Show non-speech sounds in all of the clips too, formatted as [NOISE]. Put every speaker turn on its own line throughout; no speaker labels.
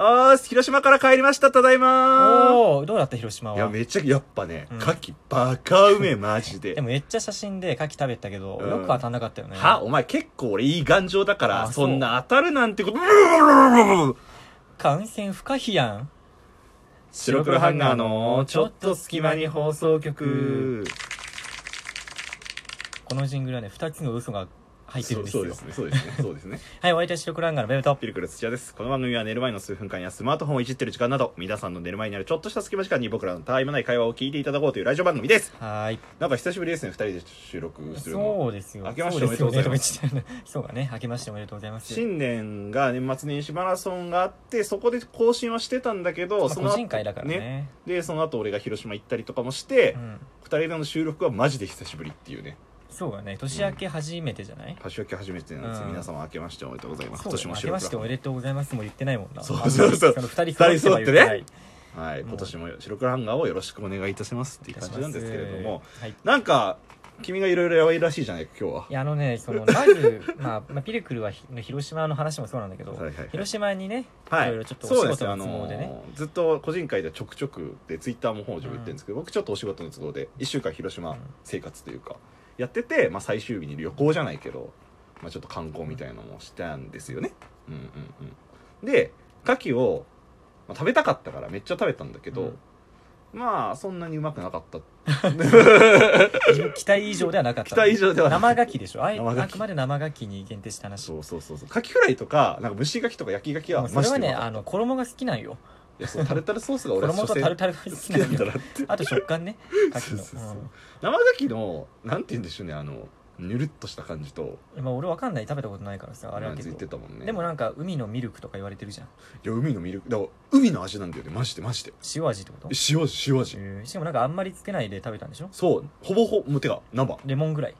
あー、広島から帰りました、ただいまー。
おおどうだった広島
いや、
は
めっちゃ、やっぱね
うん、
牡蠣、バカ [LAUGHS] うめえ、マジ
で
で。
もめっちゃ写真で牡蠣食べたけど、
うん
よく当たんなかったよね
はお前結構俺いい頑丈だか
あ
ら、
そ
そ
う
んな当たるなんてこと、
感染不可避やん
白黒ハンガーのちょっと隙間に放送局。
このジングルはね2つの嘘が入ってるんです
そう
よ
ですね、そうですね、そうです [LAUGHS] ね。
はいお相手は白黒ランガーのベルト
ピルクル土屋です。この番組は寝る前の数分間やスマートフォンをいじってる時間など、皆さんの寝る前にあるちょっとした隙間時間に僕らのたわいもない会話を聞いていただこうというラジオ番組です。
はーい
なんか久しぶりですね、二人で収録するの。
そうですよ
明けましておめでとうございます
そですよねとか言っちゃうねそうかね明けましておめでとうございます
新年が年末年始マラソンがあって、そこで更新はしてたんだけど、
まあ
そ
個
の後
人会だからね。
で、その後俺が広島行ったりとかもして
う、ん
二、人での収録はマジで久しぶりっていうね。
そうだね年明け初めてじゃない、
年明け初めてなんですよ。
うん
皆様明けましておめでとうございます。
そうだね明け
白
ま
く
しておめでとうございますも言ってないもんな
そうそうそう
あの二人
二人揃ってね
揃ば言って
はい、
うん
今年も白黒ハンガーをよろしくお願いいたしますっていう感じなんですけれども、
はい
なんか君がいろいろやばいらしいじゃないか今日はい
やあのねそのまず、 [LAUGHS] まあまあ、ピルクルはひ広島の話もそうなんだけど、
はいはいはい
広島にね、、
はいい
ろいろちょっとお
そう
仕
です
事
よ
の
あ
都
の
合でね
ーずっと個人会ではちょくちょくでツイッターも方々言ってるんですけど、僕ちょっとお仕事の都合で1週間広島生活というかやってて、まあ、最終日に旅行じゃないけど、まあ、ちょっと観光みたいなのもしたんですよねうんうんうんで牡蠣を、まあ、食べたかったからめっちゃ食べたんだけど、まあそんなにうまくなかった
自分期待以上ではなかった
期待以上ではな
生ガキでしょあい
生牡蠣
あくまで生ガキに限定した話
そうそうそうそう牡蠣フライとかなんか蒸し牡蠣とか焼き牡蠣
でも
は
それは
マジ
ね
でうまかった
あの衣が好きなんよ
いやそうタルタルソースが俺は
衣
所
と
詮
タルタルが好
好
き
き
な
なんんだな
よ
って
あと食感ねカキの
そうそうそう生牡蠣のなんて言うんでしょうねあのぬるっとした感じと
うんまあ俺わかんない食べたことないからさあれ
な
だ
ん
け
て言って
ど
たもんね
でもなんか海のミルクとか言われてるじゃん
いや海のミルクだから海の味なんだよねマジでマジで
塩味ってこと
塩味塩味、
えーしかもなんかあんまりつけないで食べたんでしょ
そうほぼほぼもうてか生
レモンぐらい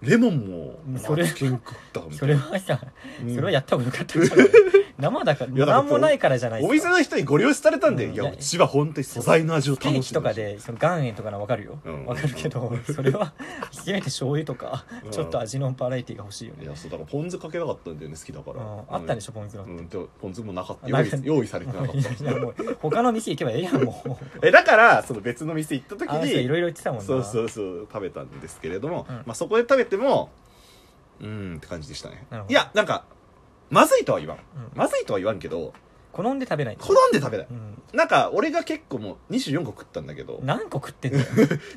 レモンも
うん
まあ
それ
つけんかったみ
そ
たい
れ
な
はさ
うん
それはやった方がよかったんじ
[LAUGHS]
ゃない生だから
いやだから
何もないからじゃない
お店の人にご利用されたんで、
うん
いやうちは本当に素材の味を
ス
楽
テ
しんでほし
ーキ
い
とかでその岩塩とかの分かるよ
うん
分かるけどそれはせめて醤油とか
うん
ちょっと味のバラエティが欲しいよ
い
ね
やそうだからポン酢かけなかったんだよね好きだか
う
ら、
んあったでし
ょ
ょポン酢が
うん、でポン酢もなかった
な
用
ん
意
か
用意されてなか
[LAUGHS]
った
いやいやもう他の店行けばええやんもう
えだからその別の店行った時
あの人
に
いろいろ言ってたもんな
そうそうそう食べたんですけれども、
うん
まあ、そこで食べてもうーんって感じでしたね
なるほど
いやなんかまずいとは言わん
うん
まずいとは言わんけど
好んで食べない
好んで食べない
うん
なんか俺が結構もう24個食ったんだけど
何個食って
[LAUGHS]
んだよ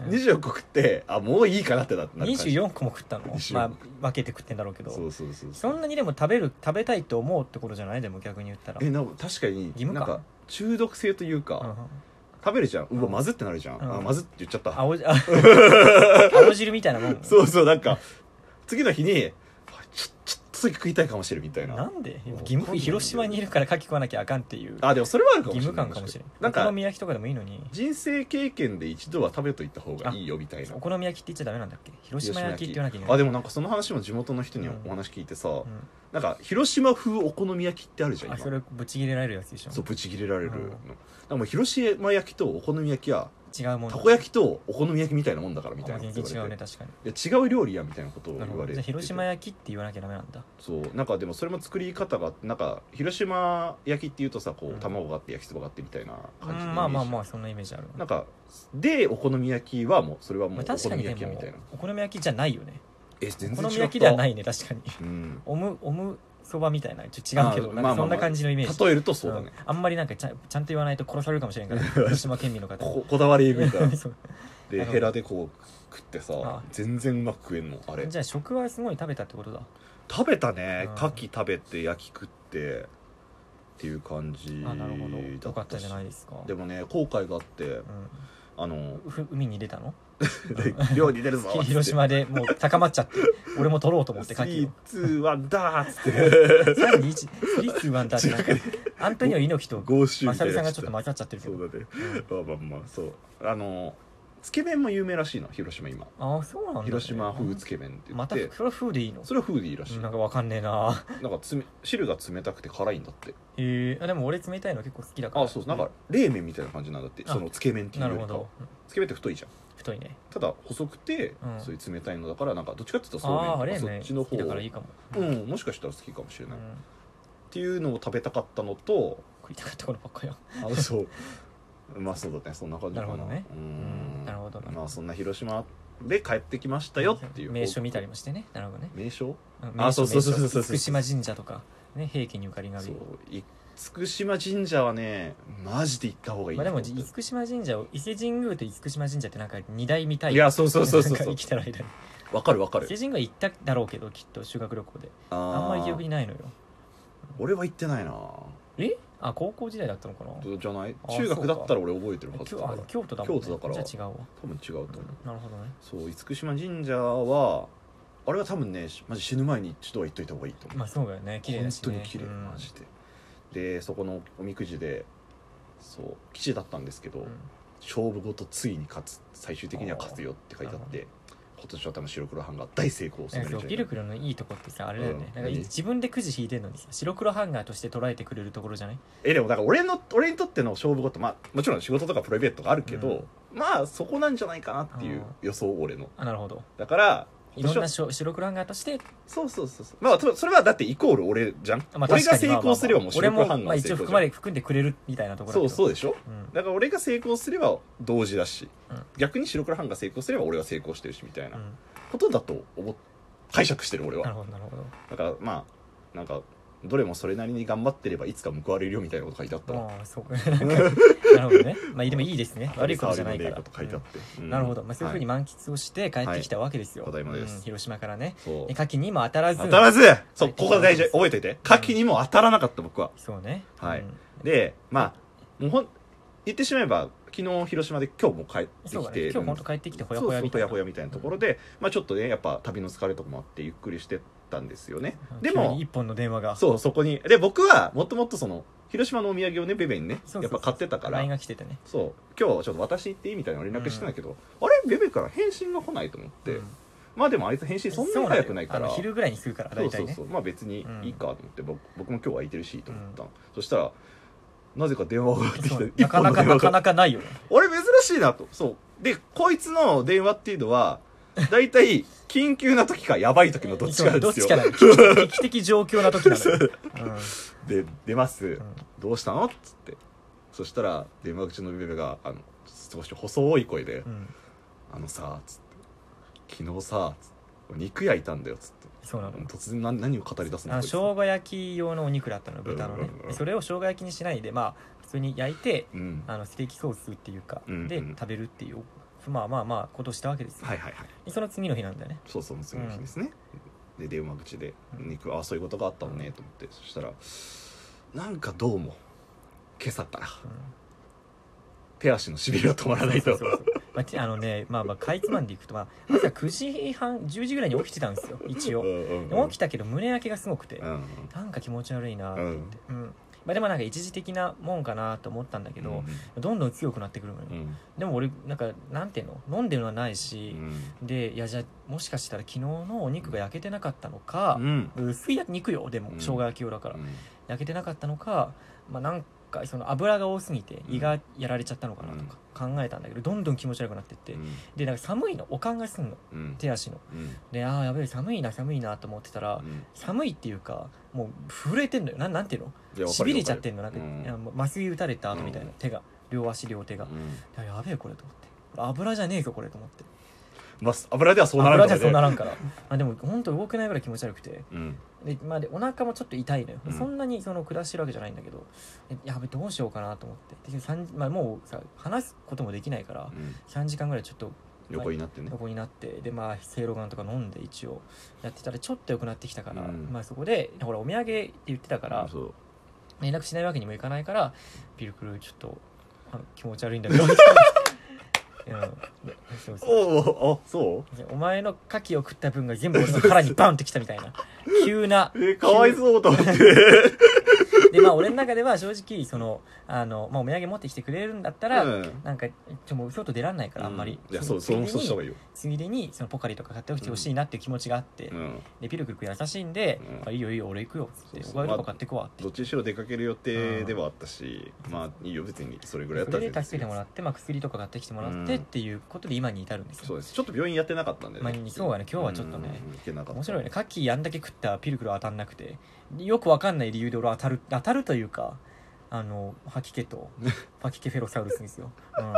24個食ってあもういいかなってなってなる感じ
24個も食ったの
24
まあ分けて食ってんだろうけ
そ
ど
うそうそう
そんなにでも食べる食べたいと思うってことじゃないでも逆に言ったら
えなんか確かに
義務
なん
感
か中毒性というか、
うん
食べるじゃんうわまずってなるじゃん、
うん
あまずって言っちゃった、
青
[LAUGHS]
じあ青汁みたいなもん
そうそうなんか次の日にあちょちょっとだけ食いたいかもしれんみたいな
なんで義務広島にいるから牡蠣食わなきゃあかんっていう
あでもそれはあるかも
義
しれ
務
ない
感かもしれん
なん
お好
か
み焼きとかでもいいのに
人生経験で一度は食べといた方がいいよみたいな
お好み焼きって言っちゃダメなんだっけ広島焼きって言わなきゃいけない
あでもなんかその話も地元の人に
うん
お話聞いてさ、
うん
なんか広島風お好み焼きってあるじゃん
あ
今
それぶち切れられるやつでしょ
そうブチ切れられるの、
うん
なんかもう広島焼きとお好み焼きは
違うもん
たこ焼きとお好み焼きみたいなもんだからみたいなこと言
全然違
わ
う
れ
ね
て
確かに
いや違う料理やみたいなことを
な
言
るほ
わ
ど
れて
じゃ
て
あ広島焼きって言わなきゃダメなんだ
そうなんかでもそれも作り方がなんか広島焼きっていうとさこ
うん
う卵があって焼きそばがあってみたいな
う
感じのイメージ、
んまあまあまあそんなイメージある
なんかでお好み焼きはもうそれはもう
まあ
お
確
好
かに
み
で
焼きや
も
みたいな
お好み焼きじゃないよね
え
お
全然違
好
った
み焼きではないね確かに
うん
おむおむそばみたいなちょっと違うけど
あ
なん
まあまあま
かそ
あ
んな感じのイメージ
例えるとそうだね、
んあんまりなんかちゃんちゃんと言わないと殺されるかもし
[LAUGHS]
れんから広島県民の方
ここだわりえぐいから
[LAUGHS] そう
でヘラでこう食って
あ
さ全然うまく食えんのあれ
じゃあ食はすごい食べたってことだ
食べたね
うん
牡蠣食べて焼き食ってっていう感じだ
あなるほどよか
っ
った
たし
じゃないですか
でもね後悔があって
う
あの
ん、ふ海に出たの
量に出るぞ
ひ [LAUGHS] 広島でもう高まっちゃって俺も取ろうと思って
ス
牡蠣
リ
を
ーツーワンダーっつって
321ワンダーってなんかアントニオ猪木と
豪州
マ
み
サ
たい
ル
な
さん
や
が
つ
ちょっと
だ
混ざっちゃってるけ
そ
ど
うだね
うん
まあまあまあそうあのつけ麺も有名らしいな広島今
ああそうなんだ、ね、
広島風つけ麺って言
ま
ったて
それは風でいいの
それはフーディーらしい
なんかわかんねえな
なんかつめ汁が冷たくて辛いんだって
へえあでも俺冷たいの結構好きだから
あそうなんか冷麺みたいな感じなんだって
あ
そのつけ麺っていう
な
よ
る
り
ほ
かは
ど
つけ麺って太いじゃん
太いね
ただ細くて、
うん
そういう冷たいのだからなんかどっちかっていうとそうめん
あ
と
あ
か
れ
そ
ね
っちの
好
方
きだからいいかも
うんもしかしたら好きかもしれ
う
ない、っ
ん
ていうのを食べたかったのと
食いたかったこのばっかや [LAUGHS]
あそうまあそうだねそんな感じかな
なるほどね
う
うん
ん
なるほどな
まあそんな広島で帰ってきましたよっていう
名所見たりもしてねなるほどね
名所
うん
あ
名所
そうそうそうそうそう
名所厳島神社とかね平家にゆかりがあ
そ
る
うい厳島神社はねマジで行った方がいい
まあ
な
で
と思
も
って
厳島神社を伊勢神宮と厳島神社ってなんか二大見たい
いやそうそうそうそう
なんか
そ
生
う
きてる間に
わかるわか
伊
る
勢神宮行っただろうけどきっと修学旅行で
あ
あんまり記憶
ー
にないのよ
俺は行ってないな
えあ高校時代だったのかな
じゃない
あー
中学だったら俺覚えてるはず
京
だから
あ京都だもん、ね、
京都だから
じゃあ違うわ
多分違うと思う
なるほどね
そう厳島神社はあれは多分ねしマジ死ぬ前に一度は行っといた方がいいと思う、
まあそうだよね綺麗だし、ね、
本当に綺麗
うん
マジででそこのおみくじでそう基地だったんですけど、
うん
勝負ごとついに勝つ最終的には勝つよって書いてあって今年は多分白黒版が大成功を収
なん
め
か
る
そ
ん
う
じゃな
ピ
い
ル
か
クルのいいとこってさあれだよね、
うん
なんか
何
自分でくじ引いてんのにさ白黒ハンガーとして捉えてくれるところじゃない
えでもだから俺の俺にとっての勝負ごと、まあ、もちろん仕事とかプライベートがあるけど、まあそこなんじゃないかなっていう予想俺の
あなるほど
だから
いろん
今年は
なしょ白黒ハンガーとして、
そうそうそうそうまあそそれはだってイコール俺じゃん、
まあ、
俺
確か
が
に
成
まあまあまあ
功すればもう白黒
俺
版
も、まあ、
が
一
成
応
功
含
じゃ
ま
ん
れ含んでくれるみたいなところだ
そう
けど
そうでしょ
うん
だから俺が成功すれば同時だし、
うん
逆に白黒版が成功すれば俺は成功してるしみたいな
うん
ことだと思っ解釈してる俺
な
は
るほどなるほど [LAUGHS]
だからまあなんかどれもそれなりに頑張ってればいつか報われるよみたいなこと書いてあったわ
ああそうかなんかなるほどねまあでもいいですね悪いことじゃな
触
いから
りのねえこと書いてあって、
う
うんん
なるほど、まあ、そういうふうに
は
満喫をして帰ってきたわけですよ、
はいただいまです
うん広島からね
そう
牡蠣にも当たらず
当たらずそう
はい
ここが大事覚えておいて牡蠣にも当たらなかった僕は
そうね
はい
うん
でまあもうほん言ってしまえば昨日広島で今日も帰ってきて
そうだね今日本当帰ってきてほやほやみたい
そうそうほや
な
ほやみたいなところで、まあちょっとねやっぱ旅の疲れとかもあってゆっくりしてたんですよねで
急
も
に一本の電話が
そうそこにで僕はもともとその広島のお土産をねベベにね
そうそうそう
やっぱ買ってたから
LINE が来ててね
そう今日ちょっと私行っていいみたいなの連絡してたけど、あれベベから返信が来ないと思って、
うん
まあでもあいつ返信そんなに早くないから
あの昼ぐらいに来るから
そう
大
そ
体
う
ね
そうまあ別にいいかと思って、僕僕も今日空いてるしと思ったの、そしたらなぜか電話がかかってき
そ
て
う
[LAUGHS] 一
なか
本の
なか
電話
な
が
かなかないよね
俺珍しいなとそうでこいつの電話っていうのは大体緊急な時かやばい時のどっちかなん
ど
で
っ
す
ち
よ
かなの危機危機的状況な時なの
[LAUGHS]
よ
で出ます、
うんうん
どうしたのっつってそしたら電話口のベベがあの少し細い声で「
うん
あのさ」つって「昨日さ」つって肉焼いたんだよ」つって
そうなの
突然何何を語り出すの
あの
こい
生
つ
姜焼き用のお肉だったの豚のね
うんうんうん
でそれを生姜焼きにしないでまあ普通に焼いて
うん
あのステーキソースっていうか、
うんうん
で食べるっていうまあまあまあことをしたわけですよ、
はいはいはい
でその次の日なんだよね
そうそう次の日ですね、で電話口で
うん
肉あそういうことがあったのねと思ってそしたらなんかどうも今朝から
うん
手足のしびれが止まらない
そ
と
うそうそうまあてあのねまあまあかいつまんでいくとまあ朝9時半10時ぐらいに起きてたんですよ一応
うんうん
で
うん
起きたけど胸焼けがすごくて、
うんうん
なんか気持ち悪いなって
う
言っ
ん
て、うんまあ、でもなんか一時的なもんかなと思ったんだけど、どんどん強くなってくるのよ、
うんうん
でも俺なんかなんていうの飲んでるのはないし、でいやじゃあもしかしたら昨日のお肉が焼けてなかったのか
う、ん
薄い肉よでも
うん
生姜焼き用だから、
うん
焼けてなかったのか、まあ、なんかその油が多すぎて
うん
胃がやられちゃったのかなとか考えたんだけどどんどん気持ち悪くなってって、
うん
でなんか寒いのおかんがすんの
うん
手足の
うん
でああやべえ寒いな寒いなと思ってたら、
うん
寒いっていうかもう震えてんのよなんなんていうの
いやわ
し
かる
びれちゃってんのな
わ
ん
か
か、
るうん
いやもう麻酔打たれた後みたいな、
うん
手が両足両手が、
うん
いややべえこれと思ってこれ油じゃねえぞこれと思って
まあ油ではそうなら
油
ん
じ
か
ゃ
ら
そう
ね
ならんからあでも本当動けないぐらい気持ち悪くて
うん
で,、まあ、でお腹もちょっと痛いのよ、
うん
そんなにその下してるわけじゃないんだけどでやべどうしようかなと思ってで三まあ、もうさ話すこともできないから
うん
3時間ぐらいちょっと
横になってね
横になってでまあせいろがんとか飲んで一応やってたらちょっと良くなってきたから、
うん
まあそこでほらお土産って言ってたから
そう
連絡しないわけにもいかないからピルクルちょっとあの気持ち悪いんだ
[LAUGHS]
けどうんそうそう
おうおうあそ
お前の牡蠣を食った分が全部俺の腹にバンってきたみたいな急な
うえかわいそうと思って
でまあ俺の中では正直そのあの、まあ、お土産持ってきてくれるんだったら、
うん
なんかちょもう外出らんないからあんまり、
いやそうそう
の
も
つい
そうした方が
で
い
に
いよ
ついでにそのポカリとか買っておいてほしいなっていう気持ちがあって、
うん
でピルクル優しいんで、
うん
まあ、いいよいいよ俺行くよっつって
そうそう
お前とか買ってこわって
どっちにしろ出かける予定ではあったし、
うん
まあいいよ別にそれぐらいやっ
そ
た
れで
ら
助けてもらって、まあ、薬とか買ってきてもらってっていうことで今に至るんですよ
そうですちょっと病院やってなかったんで
まあそうだね今日はちょっとね
うん行けなかった
面白いねカッキーあんだけ食ったピルクル当たんなくてよくわかんない理由で俺当たる当たるというかあの吐き
[LAUGHS]
気とパキケフェロサウルスですよ、うん、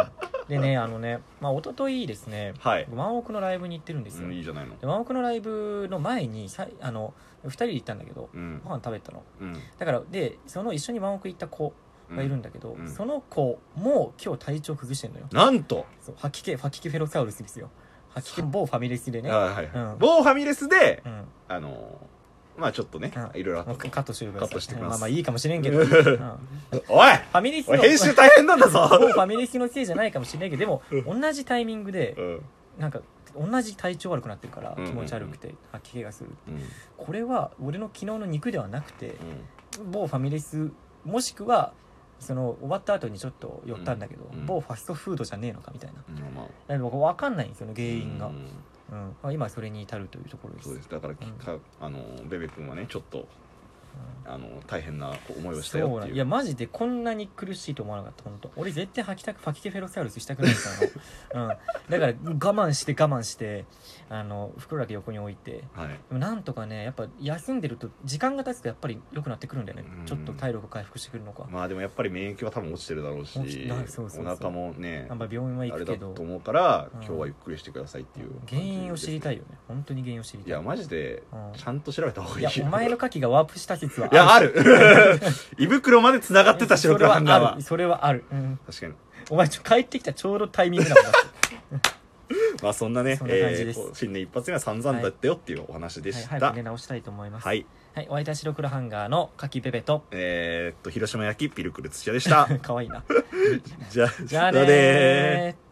でねあのねまあ一昨日ですね
はい、
ワンオクのライブに行ってるんです
う
よ、
んいいじゃないの
でワンオクのライブの前にさいあの2人で行ったんだけど
うん
ご飯食べたの
うん
だからでその一緒にワンオク行った子がいるんだけど、
うん
その子も今日体調崩してんのよ
なんと、
そう吐き気ファキケフェロサウルスですよ吐き気某ファミレスでね、
あはいはい
うん
某ファミレスで
うん、
あのーまあちょっとね
うん
いろいろあ
もう
った
カットしてるから
カットしてきます
まあまあいいかもしれ
[LAUGHS]
んけど、うん、フ
とおい
ァミレス
おい
の
編集大変なんだ
[LAUGHS] もう
ぞ
ファミレスのせいじゃないかもしれないけどでも同じタイミングで
うん
なんか同じ体調悪くなってるから
うんうん
気持ち悪くて吐き気がする
うん
これは俺の昨日の肉ではなくて
うん
某ファミレスもしくはその終わった後にちょっと寄ったんだけど、
うんうん
某ファストフードじゃねえのかみたいな
うんまあ
だから分かんないんですよね原因が、
う
うん
ん
まあ今それに至るというところです
そうですだからきかあのーベベ君はねちょっとあのー大変なこう思
う
い
ん
をした
そう
よっ
な
て
ん
い
いや
う
マジでこんなに苦しいと思わなかった本当俺絶対吐きたく吐き気フェロサウルスしたくないから、うん、だから我慢して我慢してあの袋だけ横に置いて
はい
でもなんとかねやっぱ休んでると時間が経つとやっぱり良くなってくるんだよね、
うん
ちょっと体力回復してくるのか、
まあでもやっぱり免疫は多分落ちてるだろうし
落ちないそうそうそう
お腹もね
あんま病院は
あ
行
れ
く
だ
けど
と思うから
うん
今日はゆっくりしてくださいっていう
原因を知りたい
よ
よね本当に原因を知りたい
いやマジで
うん
ちゃんと調べた方がい
い
いよ
やお前の牡蠣がワープした説はい
や、ある [LAUGHS] 胃袋まで繋がってた白黒ハンガー
それはあ
は
る。それはある、うん、
確かに。
お前ちょ帰ってきたちょうどタイミングだもんだって
まあそんなね、
そんな感じ
え
です
ーこう新年一発目は散々だったよっていうお話でし
はい、
た。は
早くね
い。
直したいと思いますはい、お相手は白黒ハンガーの牡蠣ベベと [LAUGHS]
えーっと、広島焼きピルクル土屋でした。
可愛いな
じゃあ、
じゃあね
じゃあねー
ー